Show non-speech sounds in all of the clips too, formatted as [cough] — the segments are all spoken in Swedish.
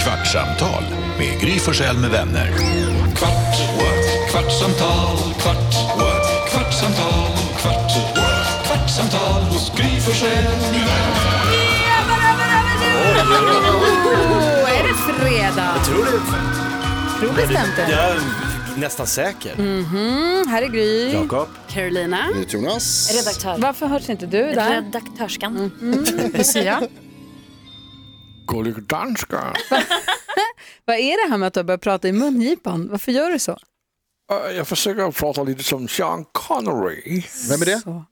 Kvartsamtal med Gry Forssell med vänner. Kvart, what? kvartsamtal, kvart, what? kvartsamtal, kvart, what? kvartsamtal hos Gry Forssell med vänner. Åh, är det fredag? Tror du? Tror Tror bestämt det. Jag är nästan säker. Mm, här är Gry. Jakob. Carolina. Jonas. Redaktör. Varför Mm. hörs inte du där? Redaktörskan. Lucia? Gullig danska. Vad är det här med att du har börjat prata i mungipan? Varför gör du så? Jag försöker prata lite som Sean Connery. Vem är det? så.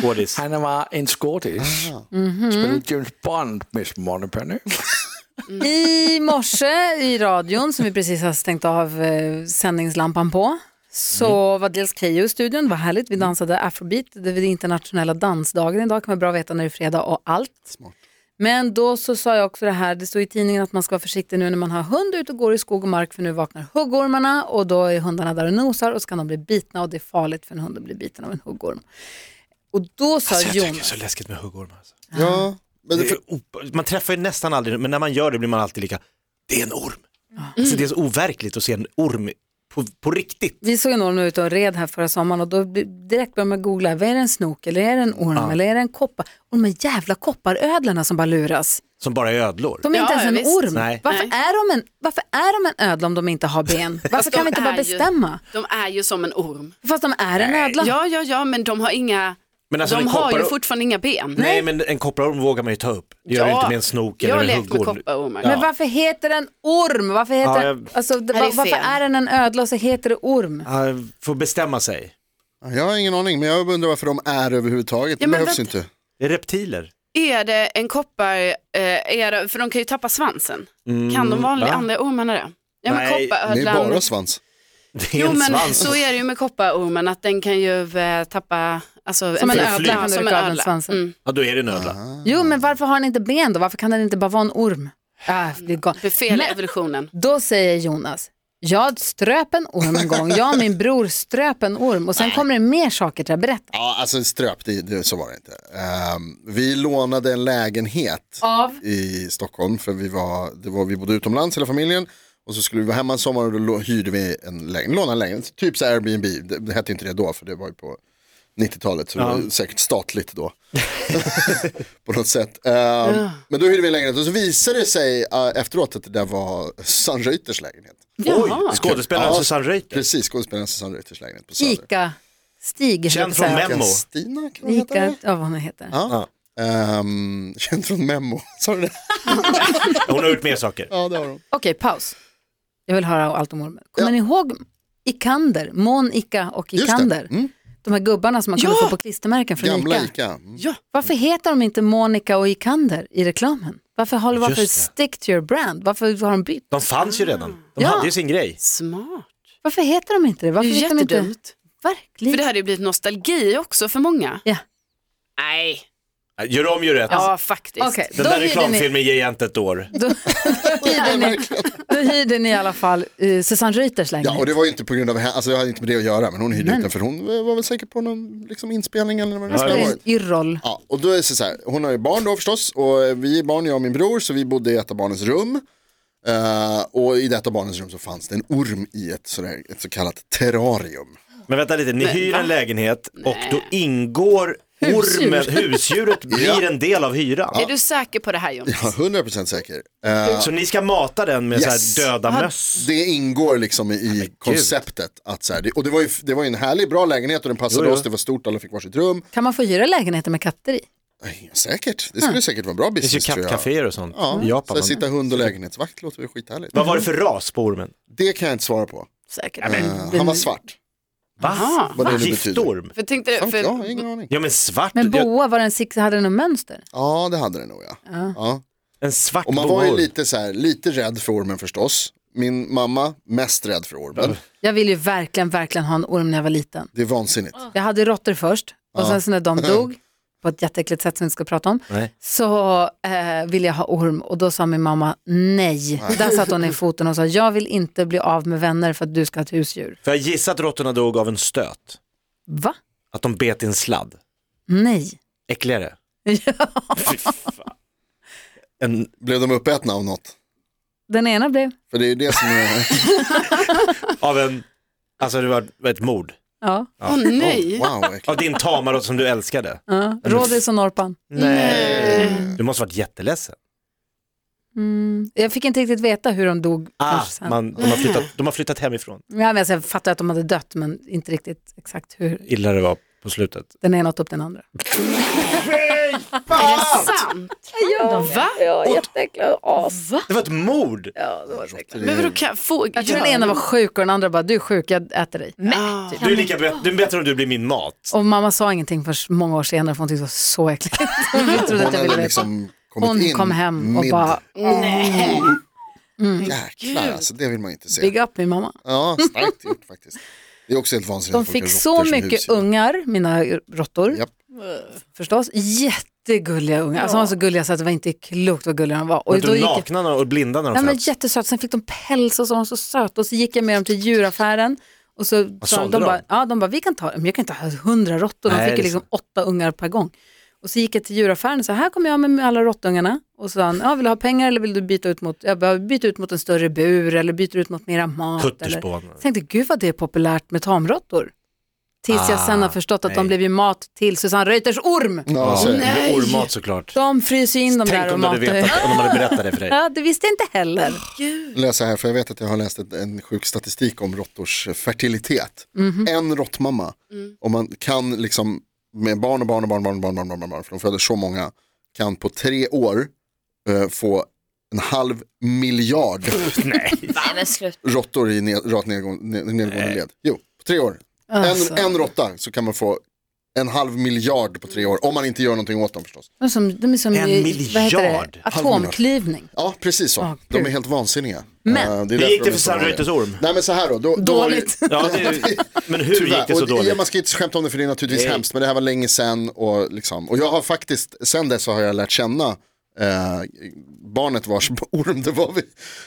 Skådis. Han var en skådis. Spelade James Bond med Moneypenny. I morse i radion, som vi precis har stängt av eh, sändningslampan på, så Mm. var dels Keyyo i studion, det var härligt. Vi dansade afrobeat, det är internationella dansdagen idag, kan vara bra att veta när det är fredag och allt. Men då så sa jag också det här, det står i tidningen att man ska vara försiktig nu när man har hund ute och går i skog och mark för nu vaknar huggormarna och då är hundarna där och nosar och så kan de bli bitna och det är farligt för en hund att bli biten av en huggorm. Och då sa Alltså, jag tycker det är Jonas, så läskigt med huggormar. Alltså. Ja, men det, Det är obe- Man träffar ju nästan aldrig, men när man gör det blir man alltid lika, det är en orm. Alltså, det är så overkligt att se en orm på, på riktigt. Vi såg en orm ute och red här förra sommaren och då bli- direkt började man googla, vad är det en snok eller är det en orm eller är det en koppa? Och de här jävla kopparödlorna som bara luras. Som bara är ödlor. De är Ja, inte ens en ja, visst. orm. Nej. Varför, Nej. Är de en, varför är de en ödla om de inte har [laughs] ben? Varför kan vi inte de bara är ju- bestämma? De är ju som en orm. Fast de är en ödla. Ja, ja, ja, men de har inga, Men alltså, de en har ju kopparorm- fortfarande inga ben. Nej, men en kopparorm vågar man ju ta upp. Det gör du Ja. inte med en snok Jag eller har en lekt med oh huggorm. kopparormar. Men varför heter den orm? Varför heter, Ja, jag- Ah. alltså, är va- varför fel. är den en ödla och så heter det orm? Ja, får bestämma sig. jag har ingen aning, men jag undrar varför de är överhuvudtaget. Det Ja, men behövs vänta. inte. Det är reptiler. Är det en koppar, eh, är det, för de kan ju tappa svansen. kan de vanliga andra ormarna det? Ja, men Mm, Nej, Det är kopparödlan. bara svans. Det är Jo, en men svans. så är det ju med kopparormen, att den kan ju eh, tappa, alltså Som en flyt- ödla kan du som rycka av en den ödla. svansen. Mm. Ja, då är det en ödla. Jo, men varför har den inte ben då? Varför kan den inte bara vara en orm? Äh, det är galet. Det är fel i Men- evolutionen. Då säger Jonas, jag ströp en orm en gång, jag och min bror ströp en orm och sen kommer det mer saker till att berätta. Ja, alltså ströp, det, det, så var det inte. Ehm, vi lånade en lägenhet Av? i Stockholm, för vi, var, det var, vi bodde utomlands hela familjen. Och så skulle vi vara hemma en sommar och då lå- hyrde vi en lägenhet, lånade en lägenhet, typ så här Airbnb, det, det hette inte det då, för det var ju på 90-talet, så det var säkert statligt då. [laughs] på något sätt. Ehm, Men då hyrde vi en lägenhet och så visade det sig eh, efteråt att det där var Sankt Reuters lägenhet. Jaha. Oj, skådespelaren Ja, Susanne Reuter. Precis, skådespelaren Susanne Reuters lägenhet på Söder. Ica, Stig, höll jag på Känd att från säga. Memo. Kristina kan hon heta Ica, det? ja vad hon heter. Ja. Ehm, [laughs] känd från Memo. Sa du det? Hon har gjort mer saker. Ja, det har hon. Okej, paus. Jag vill höra allt om ormen. Kommer ni ihåg Ikander, Mon Ica och Just det. Ikander? Mm. De här gubbarna som man kunde få på klistermärken från Gamla Ica. Ica. Mm. Varför heter de inte Monica och Ikander i reklamen? Varför, har, varför det. stick to your brand? Varför har de bytt? De fanns ju redan. De Ja. hade ju sin grej. Smart. Varför heter de inte det? Det Varför är ju heter de inte jättedumt. För Verkligen. det hade ju blivit nostalgi också för många. Ja. Nej, Äh, Gör om, gör rätt. ja faktiskt. Okej, Den då där hyrde ni, reklamfilmen ger jag inte ett år. då, [laughs] då hyrde ni, då hyrde ni i alla fall eh, Susanne Reuters Ja, lägenhet. och det var ju inte på grund av henne, alltså det hade inte med det att göra, men hon hyrde ut den för hon var väl säkert på någon liksom, inspelning eller vad det Det skulle ha är varit. en Yrrol. Ja, och då är det så här, hon har ju barn då förstås och vi är barn, jag och min bror, så vi bodde i ett av barnens rum. Eh, och i detta barnens rum så fanns det en orm i ett, sådär, ett så kallat terrarium. Men vänta lite, ni Men, hyr va? en lägenhet och då ingår ormen, [laughs] husdjuret blir en del av hyran. Är du säker på det här Jonas? Ja, 100% säker. Eh, Så ni ska mata den med Yes. så här döda möss. Det ingår liksom i konceptet. Att så här, det- och det var, ju, det var ju en härlig, bra lägenhet och den passade Jo, jo. oss, det var stort, alla fick varsitt rum. Kan man få hyra lägenheter med katter i? Aj, Säkert, det skulle säkert vara en bra Det business finns ju tror jag. kattcaféer och sånt Ja, i så Japan. här, sitta hund och lägenhetsvakt låter väl skithärligt. Vad var det för ras på ormen? Det kan jag inte svara på. Säkert. Eh, han var svart. Va? Vad det nu betyder. Giftorm? För jag tänkte det, Fan, för, Jag har ingen aning. Ja men svart, Men jag- boa, var den six, hade den något mönster? Ja, det hade det nog ja. ja. en svart Och man var ju boa. lite, så här, lite rädd för ormen förstås. Min mamma, mest rädd för ormen. Jag ville ju verkligen, verkligen ha en orm när jag var liten. Det är vansinnigt. Jag hade råttor först och sen så när de dog, på ett jätteäckligt sätt som vi inte ska prata om, Nej. så eh, ville jag ha orm och då sa min mamma nej. Där satte hon i foten och sa jag vill inte bli av med vänner för att du ska ha ett husdjur. För jag gissar att råttorna dog av en stöt. Va? Att de bet i en sladd. Nej. Äckligare. Ja. En, Blev de uppätna av något? Den ena blev, För det är ju det [laughs] som är... Av en, alltså det var ett mord. ja, Åh nej. Oh, wow, äckligt. Av din tamarot som du älskade. ja. Rådis och Norpan. nej. Du måste varit jätteledsen. Mm. Jag fick inte riktigt veta hur de dog. Ah, kanske Mm. sen. man, de, har flyttat, de har flyttat hemifrån. Ja, men alltså, jag fattar att de hade dött men inte riktigt exakt hur Illa det var på slutet. den ena åt upp den andra. Är det sant? Ja, Va? ja jätteäckligt. Va? Det var ett mord! Men vadå, kan, få, Jag tror den ena var sjuk och den andra bara, du är sjuk, jag äter dig. Ah. Du är, lika, bra- du är bättre om du blir min mat. Och mamma sa ingenting för många år senare för hon tyckte det var så [laughs] äckligt. Hon trodde att Mm. Hon jag ville hade veta. liksom kommit Hon in kom hem och mid- bara, "Mm, Jäklar alltså, det vill man ju inte se. big up min mamma. Ja, starkt gjort faktiskt. Det är också helt vansinnigt. De att folk fick har så råttor som mycket husdjur. ungar, mina råttor Japp. förstås. Jättegulliga ungar. Alltså de var så gulliga så att det var inte klokt vad gulliga de var. Och Och inte de nakna och blinda när de Nej, men föds. jättesöt. Sen fick de päls och så var de så söta. Och så gick jag med dem till djuraffären. Och så sa de, sålde de, de? bara, ja, de bara, vi kan ta, men jag kan inte ha hundra råttor. De Nej, det fick ju är liksom åtta ungar per gång. Och så gick jag till djuraffären och sa, här kommer jag med alla råttungarna. Och så sa han, ja, vill du ha pengar eller vill du byta ut mot, jag behöver byta ut mot en större bur eller byta ut mot mera mat. Eller. Kutterspån. Jag tänkte, gud vad det är populärt med tamråttor. Tills jag sen Ah, har förstått att de blev ju mat till Susanne Reuters orm. Ja, så är det. Nej. Ormmat såklart. De fryser ju in dem Tänk där och om du hade matar. ju- vetat, om de hade berättat det för dig. [laughs] Ja, det visste jag inte heller. Mm. läsa här, för jag vet att jag har läst ett, en sjuk statistik om råttors fertilitet. Mhm. En råttmamma, Mm. om man kan liksom med barn och barn och barn och barn, och barn, barn, barn, barn, barn för de föder så många, kan på tre år eh, få en halv miljard Nej men slut. råttor i ned, rakt nedgång, ned, nedgående led. Jo, på tre år. Alltså. En, en råtta så kan man få en halv miljard på tre år, om man inte gör någonting åt dem förstås. De är som, de är som En i- vad heter miljard. det? atomklyvning. Ja, precis så. Ah, de är gud. helt vansinniga. Men- Eh, är Hur därför gick de det är för så Sam vanliga. Reuters [laughs] orm? Nej men så här då, då, då var det- [laughs] Dåligt. Ja, det, men hur gick det så och det- dåligt? Man ska inte skämta om det för det är naturligtvis Nej. hemskt men det här var länge sedan och, liksom, och jag har faktiskt, sen dess så har jag lärt känna eh, barnet vars [laughs] orm det var. Vid,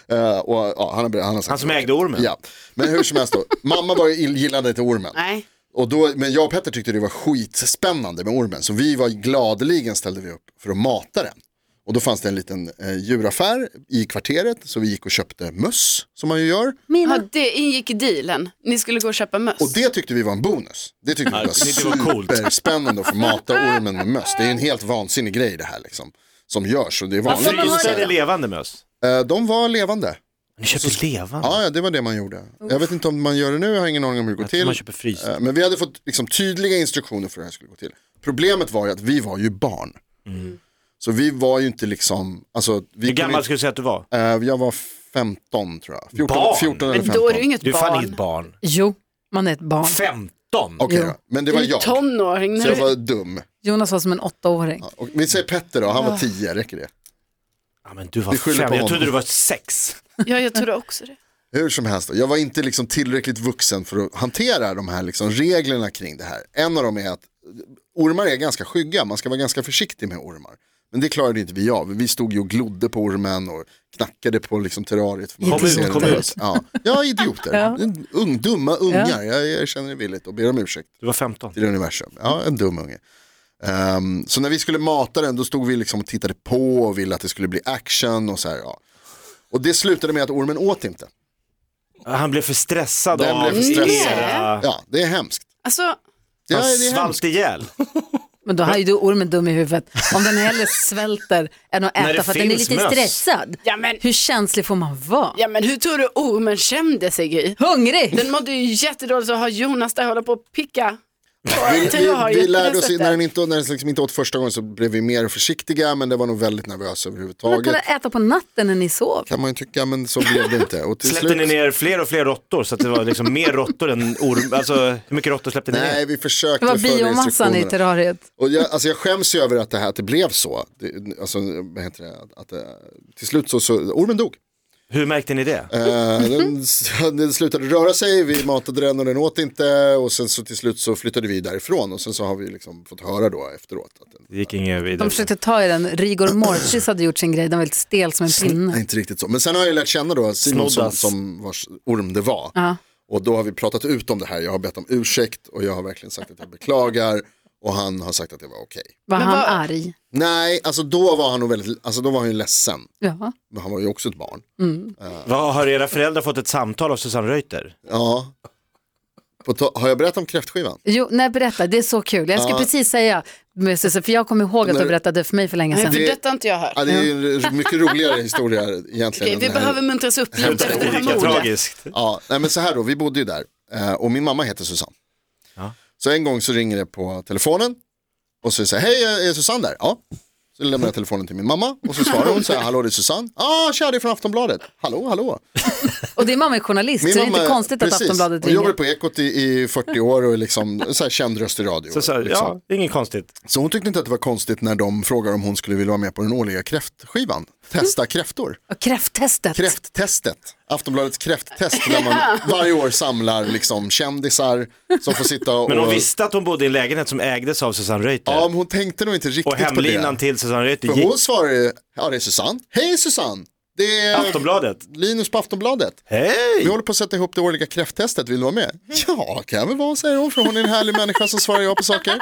eh, och, ja, han, har, han, har sagt- Han som ägde ormen? Ja, men hur som helst då, mamma var, ju- gillade inte ormen. Nej. Och då, men jag och Petter tyckte det var skitspännande med ormen, så vi var gladeligen ställde vi upp för att mata den. Och då fanns det en liten eh, djuraffär i kvarteret, så vi gick och köpte möss, som man ju gör. Ja, Mina. det ingick i dealen. Ni skulle gå och köpa möss. Och det tyckte vi var en bonus. Det tyckte Ja, vi var det tyckte det var coolt. superspännande att få mata ormen med möss. Det är en helt vansinnig grej det här liksom. Som görs och det är vanligt. man Frysta har eller det? levande möss? Eh, De var levande. Ni köpte levande? Ja, ja, det var det man gjorde. Jag vet inte om man gör det nu, jag har ingen aning om hur det går Jag tror man till. köper frysta. Eh, Men vi hade fått liksom, tydliga instruktioner för hur det här skulle gå till. Problemet var ju att vi var ju barn. Så vi var ju inte liksom, alltså, vi Mm. Hur kunde gammal skulle du säga att du var? inte- eh, jag var 15 tror jag. 14, Barn? 14 eller Men 15. då är du ju inget Du är fan barn. inget barn. Jo, man är ett barn. 15? Okej Jo. då, men det Du var är ju jag. tonåring. Så När jag du... var dum. Jonas var som en åttaåring. Ja, och- Vi säger Petter då, han var 10, räcker det? Ja, men du var Vi skyller på fem. Jag honom. trodde du var sex. Ja, jag trodde också det. Hur som helst, då, jag var inte liksom tillräckligt vuxen för att hantera de här liksom reglerna kring det här. En av dem är att ormar är ganska skygga, man ska vara ganska försiktig med ormar. Men det klarade inte vi av, vi stod ju och glodde på ormen och knackade på liksom terrariet. För man Kom ut, placerade kom den. ut. Ja, ja idioter, Ja. Ung, dumma ungar, jag erkänner det villigt och ber om ursäkt Du var 15. till universum. Ja, en dum unge. Ehm, så när vi skulle mata den då stod vi liksom och tittade på och ville att det skulle bli action och så här. Ja. Och det slutade med att ormen åt inte. Han blev för stressad Den av blev för stressad. era... Ja, det är hemskt. Alltså, Ja, Han det är hemskt. svalt ihjäl. Men då har ju du ormen dum i huvudet. Om [laughs] den hellre svälter än att När det äta för att den är finns lite möss. stressad. ja, men, Hur känslig får man vara? ja men hur tror du ormen kände sig Gry? Hungrig! Den mådde ju jättedåligt så har Jonas där håller på att picka. på Vi, vi, terrariet vi på det lärde oss, sättet. när den, inte, när den liksom inte åt första gången så blev vi mer försiktiga men det var nog väldigt nervös Man överhuvudtaget. kunde äta på natten när ni sov. Kan man ju tycka men så blev det inte. Och till Släppte ni slut, ner fler och fler råttor så att det var liksom mer råttor än orm? Alltså hur mycket råttor släppte ni nej ner? vi Det försökte var följa biomassan i instruktionerna. terrariet. Och jag, alltså jag skäms ju över att det, här, att det blev så. Det, alltså, vad heter det? Att, att, det- till slut så, så ormen dog. Hur märkte ni det? [laughs] Eh, den, den slutade röra sig, vi matade den och den åt inte och sen så till slut så flyttade vi därifrån och sen så har vi liksom fått höra då efteråt. Att den, Det gick inget vidare. De försökte ta i den. Rigor Mortis hade gjort sin grej. Den var helt stel som en Nej, pinne. inte riktigt så. Men sen har jag lärt känna då Simon som, Snoddas. som vars orm det var. Ja. Och då har vi pratat ut om det här, jag har bett om ursäkt och jag har verkligen sagt att jag beklagar. Och han har sagt att det var okej. Var Men han vad- arg? Nej, alltså då var han nog väldigt, alltså då var han ju ledsen. Ja. Men han var ju också ett barn. Vad har era föräldrar fått ett samtal av Susanne Reuter? Ja. På ta- har jag berättat om kräftskivan? Jo, nej, berätta, det är så kul. Jag ska Ja. precis säga, med Susanne, för jag kommer ihåg att När- du berättade för mig för länge Nej, sedan. för det- detta har inte jag hört. Ja, det är ju en mycket roligare historia egentligen. Okej, än vi det här. behöver muntras upp lite efter det här Olika mordet. tragiskt. Ja, nej men så här då, vi bodde ju där eh, och min mamma heter Susanne. Så en gång så ringer det på telefonen och så säger jag, hej eh, är Susanne där? Ja. Så lämnar jag telefonen till min mamma och så svarar hon så här, hallå det är Susanne. Ja, ah, tja det är från Aftonbladet. Hallå, hallå. Och din mamma är journalist, Min så det är inte konstigt att precis, Aftonbladet Hon jobbar ringer. på Ekot i, i 40 år och är liksom så här, känd röst i radio. Så, så, liksom. ja, inget konstigt. Så hon tyckte inte att det var konstigt när de frågade om hon skulle vilja vara med på den årliga kräftskivan. Testa kräftor. Och Kräfttestet. Kräfttestet. Aftonbladets kräfttest [laughs] där man varje år samlar liksom kändisar som får sitta och... Men hon visste att hon bodde i en lägenhet som ägdes av Susanne Reuter. Ja, men hon tänkte nog inte och riktigt på hemlinan det. till Susanne Reuter För gick hon svarar ju, ja det är Susanne. Hej Susanne! Det är Aftonbladet. Linus på Aftonbladet. Hej! Vi håller på att sätta ihop det årliga kräfttestet, vill du vara med? Mm. Ja, kan jag väl vara, säger hon, för hon är en härlig människa som svarar ja på saker.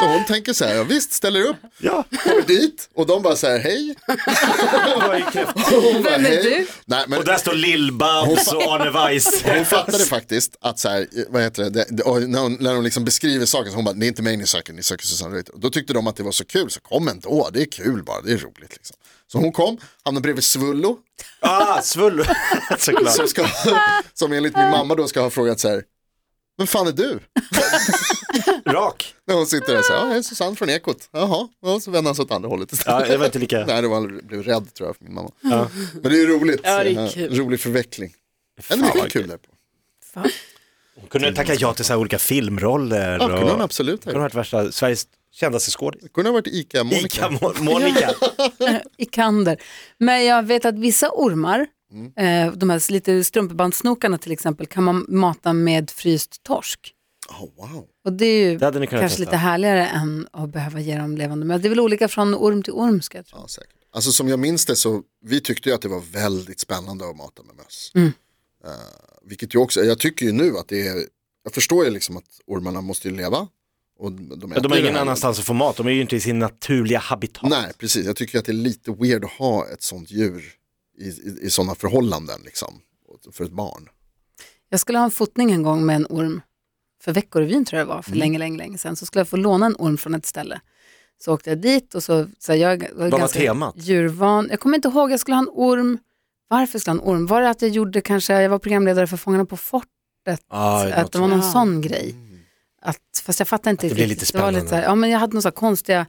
Så hon tänker så här, ja, visst, ställer upp, [laughs] Ja, kommer dit och de bara så här, hej. det var ju kräft. Och hon bara, Vem är hej. du? Nej, men Och där står Lill-Babs och Arne Weise. Hon fattade faktiskt att så här, eh, vad heter det, det, det och när hon, när hon liksom beskriver saken, så hon bara, det är inte mig ni söker, ni söker Susanne Reuter. Och då tyckte de att det var så kul, så kom inte, åh det är kul bara, det är roligt liksom. Så hon kom, hamnade bredvid Svullo, Ah, svull. [laughs] Såklart. som, ska, [laughs] som enligt min mamma då ska ha frågat så här, vem fan är du? Rak. När hon sitter där så här, ja, jag är Susanne från Ekot, jaha, och så vänder han sig åt andra hållet Ja, istället. det var inte lika. [laughs] Nej, det var, jag blev rädd tror jag för min mamma. Men det är ju roligt, Ja, det är eh, kul. rolig förveckling. Men det är vad kul där på. Kunde du tacka ja till så här olika filmroller. Ja, kunde hon Och... absolut Kunde ha varit värsta Sveriges kändaste skådis. Kunde ha varit Ica-Monica. Ica Mo- Monica. Ikander. Men jag vet att vissa ormar, eh, de här lite strumpebandssnokarna till exempel, kan man mata med fryst torsk. Oh, wow. Och det är ju Det hade ni kunnat kanske testa. lite härligare än att behöva ge dem levande. Men det är väl olika från orm till orm ska jag tro. Ja, säkert. Alltså som jag minns det så, vi tyckte ju att det var väldigt spännande att mata med möss. Eh, vilket ju också, jag tycker ju nu att det är, jag förstår ju liksom att ormarna måste ju leva. Och de, Ja, De har äter ju ingen det här. annanstans att få mat, de är ju inte i sin naturliga habitat. Nej, precis. Jag tycker ju att det är lite weird att ha ett sånt djur i, i, i sådana förhållanden liksom. För ett barn. Jag skulle ha en fotning en gång med en orm, för Veckorevyn tror jag det var, för länge, länge, länge sedan. Så skulle jag få låna en orm från ett ställe. Så åkte jag dit och så, så här, jag var var ganska temat? djurvan. Jag kommer inte ihåg, jag skulle ha en orm. Varför skulle jag ha en orm? Var det att jag gjorde kanske, jag var programledare för Fångarna på fortet, Ah, det är att det var någon sånt. sån grej. Att, fast jag fattar inte Att det blir riktigt. lite Det var spännande. så här, ja, men jag hade några så här konstiga,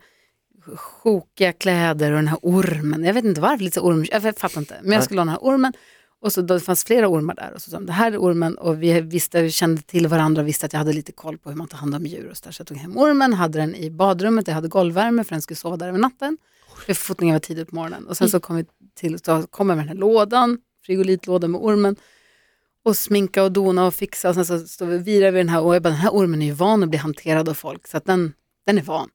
sjokiga kläder och den här ormen. Jag vet inte varför, lite så orm, jag fattar inte. Men jag skulle ha den här ormen. Och så då, det fanns flera ormar där och så sa de, det här är ormen och vi visste, vi kände till varandra och visste att jag hade lite koll på hur man tar hand om djur och så, där. så jag tog hem ormen, hade den i badrummet, jag hade golvvärme för den skulle sova där över natten. För fotningen var tidigt på morgonen och sen Mm. så kom vi till, så kom jag med den här lådan, frigolitlådan med ormen och sminka och dona och fixa och sen så står vi och virar vi den här och jag bara, den här ormen är ju van att bli hanterad av folk så att den, den är van.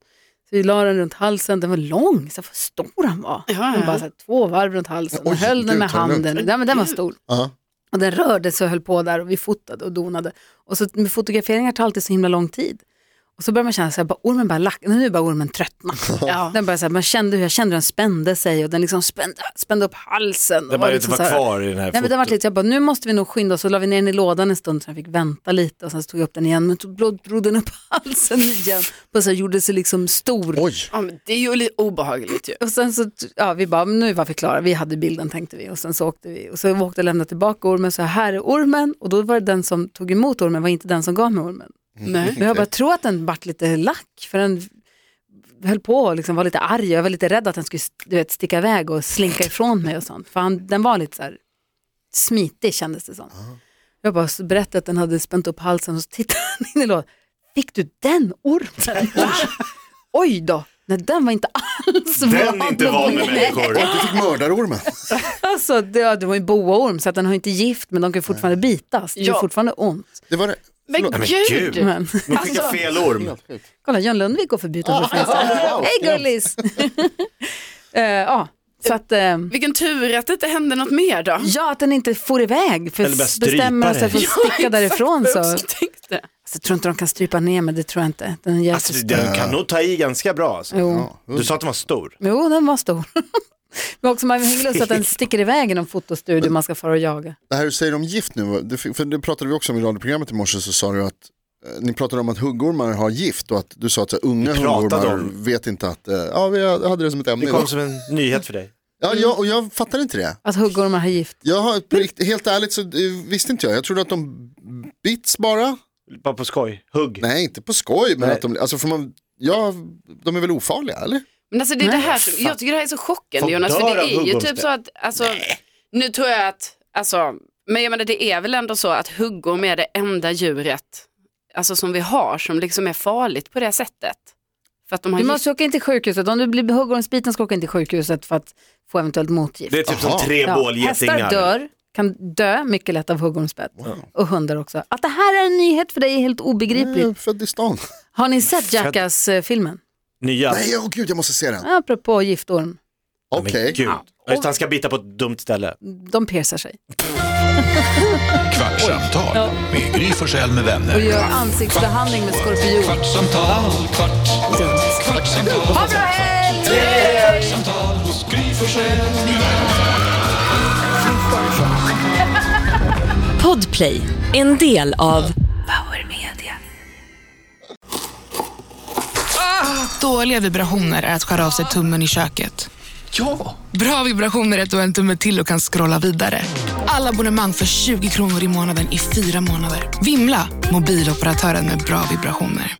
Så vi la den runt halsen, den var lång, så vad stor han var. Ja, Den ja. bara så här, två varv runt halsen och Oj, höll den gud, med tar den runt? handen. Ja, men den var stor. Ja. Och den rörde sig och höll på där och vi fotade och donade. Och så med fotograferingar tar alltid så himla lång tid. Och så börjar man känna så här, bara, ormen bara lack, nu är bara ormen tröttna. Ja. Den bara så här, man kände hur jag kände hur den spände sig och den liksom spände, spände upp halsen. Den och var bara inte liksom var så här- kvar i den här Nej, men det var lite, jag bara, nu måste vi nog skynda oss. Så la vi ner den i lådan en stund så den fick vänta lite och sen så tog jag upp den igen. Men så drog drog den upp [laughs] halsen igen och så här gjorde sig liksom stor. Oj, Ja, men det är ju lite obehagligt ju. Och sen så, ja vi bara, men nu var vi klara, vi hade bilden tänkte vi. Och sen så åkte vi, och så åkte och lämnade tillbaka ormen, så här är ormen. Och då var det den som tog emot ormen, var inte den som gav mig ormen. Nej. Men jag bara tror att den vart lite lack, för den höll på och liksom var lite arg. Jag var lite rädd att den skulle du vet, sticka iväg och slinka ifrån mig och sånt. För han, den var lite så här smitig kändes det som. Jag bara så berättade att den hade spänt upp halsen och så tittade han in i lådan. Fick du den [laughs] ormen? Oj då, nej den var inte alls Den är inte van med människor. du fick mördarormen. Alltså, det, ja, det var ju boaorm så att den har inte gift men de kan ju fortfarande bitas. Det gör Ja. fortfarande ont. Det var det. Men Förlåt. men gud! gud. Men, Man skickar Alltså- fel orm. kolla, John Lundvik går förbi utanför [laughs] fönstret. Hej gullis! [laughs] Eh, Ja, så att... eh, Vilken tur att det inte hände något mer då. Ja, att den inte får iväg. För Eller bara bestämmer den sig för att [laughs] strypa dig. sticka därifrån Jag så. också tänkte. Alltså, jag tror inte de kan strypa ner mig, det tror jag inte. Den är jävligt Alltså, stor. den kan nog ta i ganska bra. Alltså. Jo. Ja, Du sa att den var stor. jo, den var stor. [laughs] Men också man har ingen lust att den sticker iväg i någon fotostudio man ska fara och jaga. Det här du säger om gift nu, det, för det pratade vi också om i radioprogrammet i morse så sa du att eh, ni pratade om att huggormar har gift och att du sa att så här, unga Vi pratade huggormar om- vet inte att, eh, ja vi hade det som ett ämne Det kom idag. som en nyhet för dig. Ja, jag, och jag fattar inte det. Att huggormar har gift. Jag har, på rikt- helt ärligt så eh, visste inte jag, jag trodde att de bits bara. Bara på skoj. Hugg. Nej, inte på skoj, men Nej. att de, alltså för man, ja, de är väl ofarliga eller? Men alltså det är det här som, jag tycker det här är så chockande Folk Jonas, för dör det av är ju huggormsbett. typ så att, alltså, nu tror jag att, alltså, men jag menar det är väl ändå så att huggorm är det enda djuret, alltså som vi har, som liksom är farligt på det sättet. För att de har Du gift. måste åka in till sjukhuset. Om du blir huggormsbiten ska du åka in till sjukhuset för att få eventuellt motgift. Det är typ Aha. som tre Hästar bålgetingar. dör, kan dö mycket lätt av huggormsbett. Och hundar också. Att det här är en nyhet för dig är helt obegripligt. Jag är född i stan. Har ni sett Jackass-filmen? Nya. Nej, åh gud, jag måste se den. Apropå giftorm, Okej. Men gud. Just, han ska bita på ett dumt ställe. de persar sig Kvartsamtal med Gry Forssell med och vänner. gör ansiktsbehandling med skorpion. Kvartsamtal, kvart, kvartsamtal, Ha bra helg! kvartsamtal hos Gry Forssell med vänner. Podplay, en del av Dåliga vibrationer är att skära av sig tummen i köket. Ja! Bra vibrationer är att du har en tumme till och kan scrolla vidare. Alla abonnemang för 20 kronor i månaden i fyra månader. Vimla! Mobiloperatören med bra vibrationer.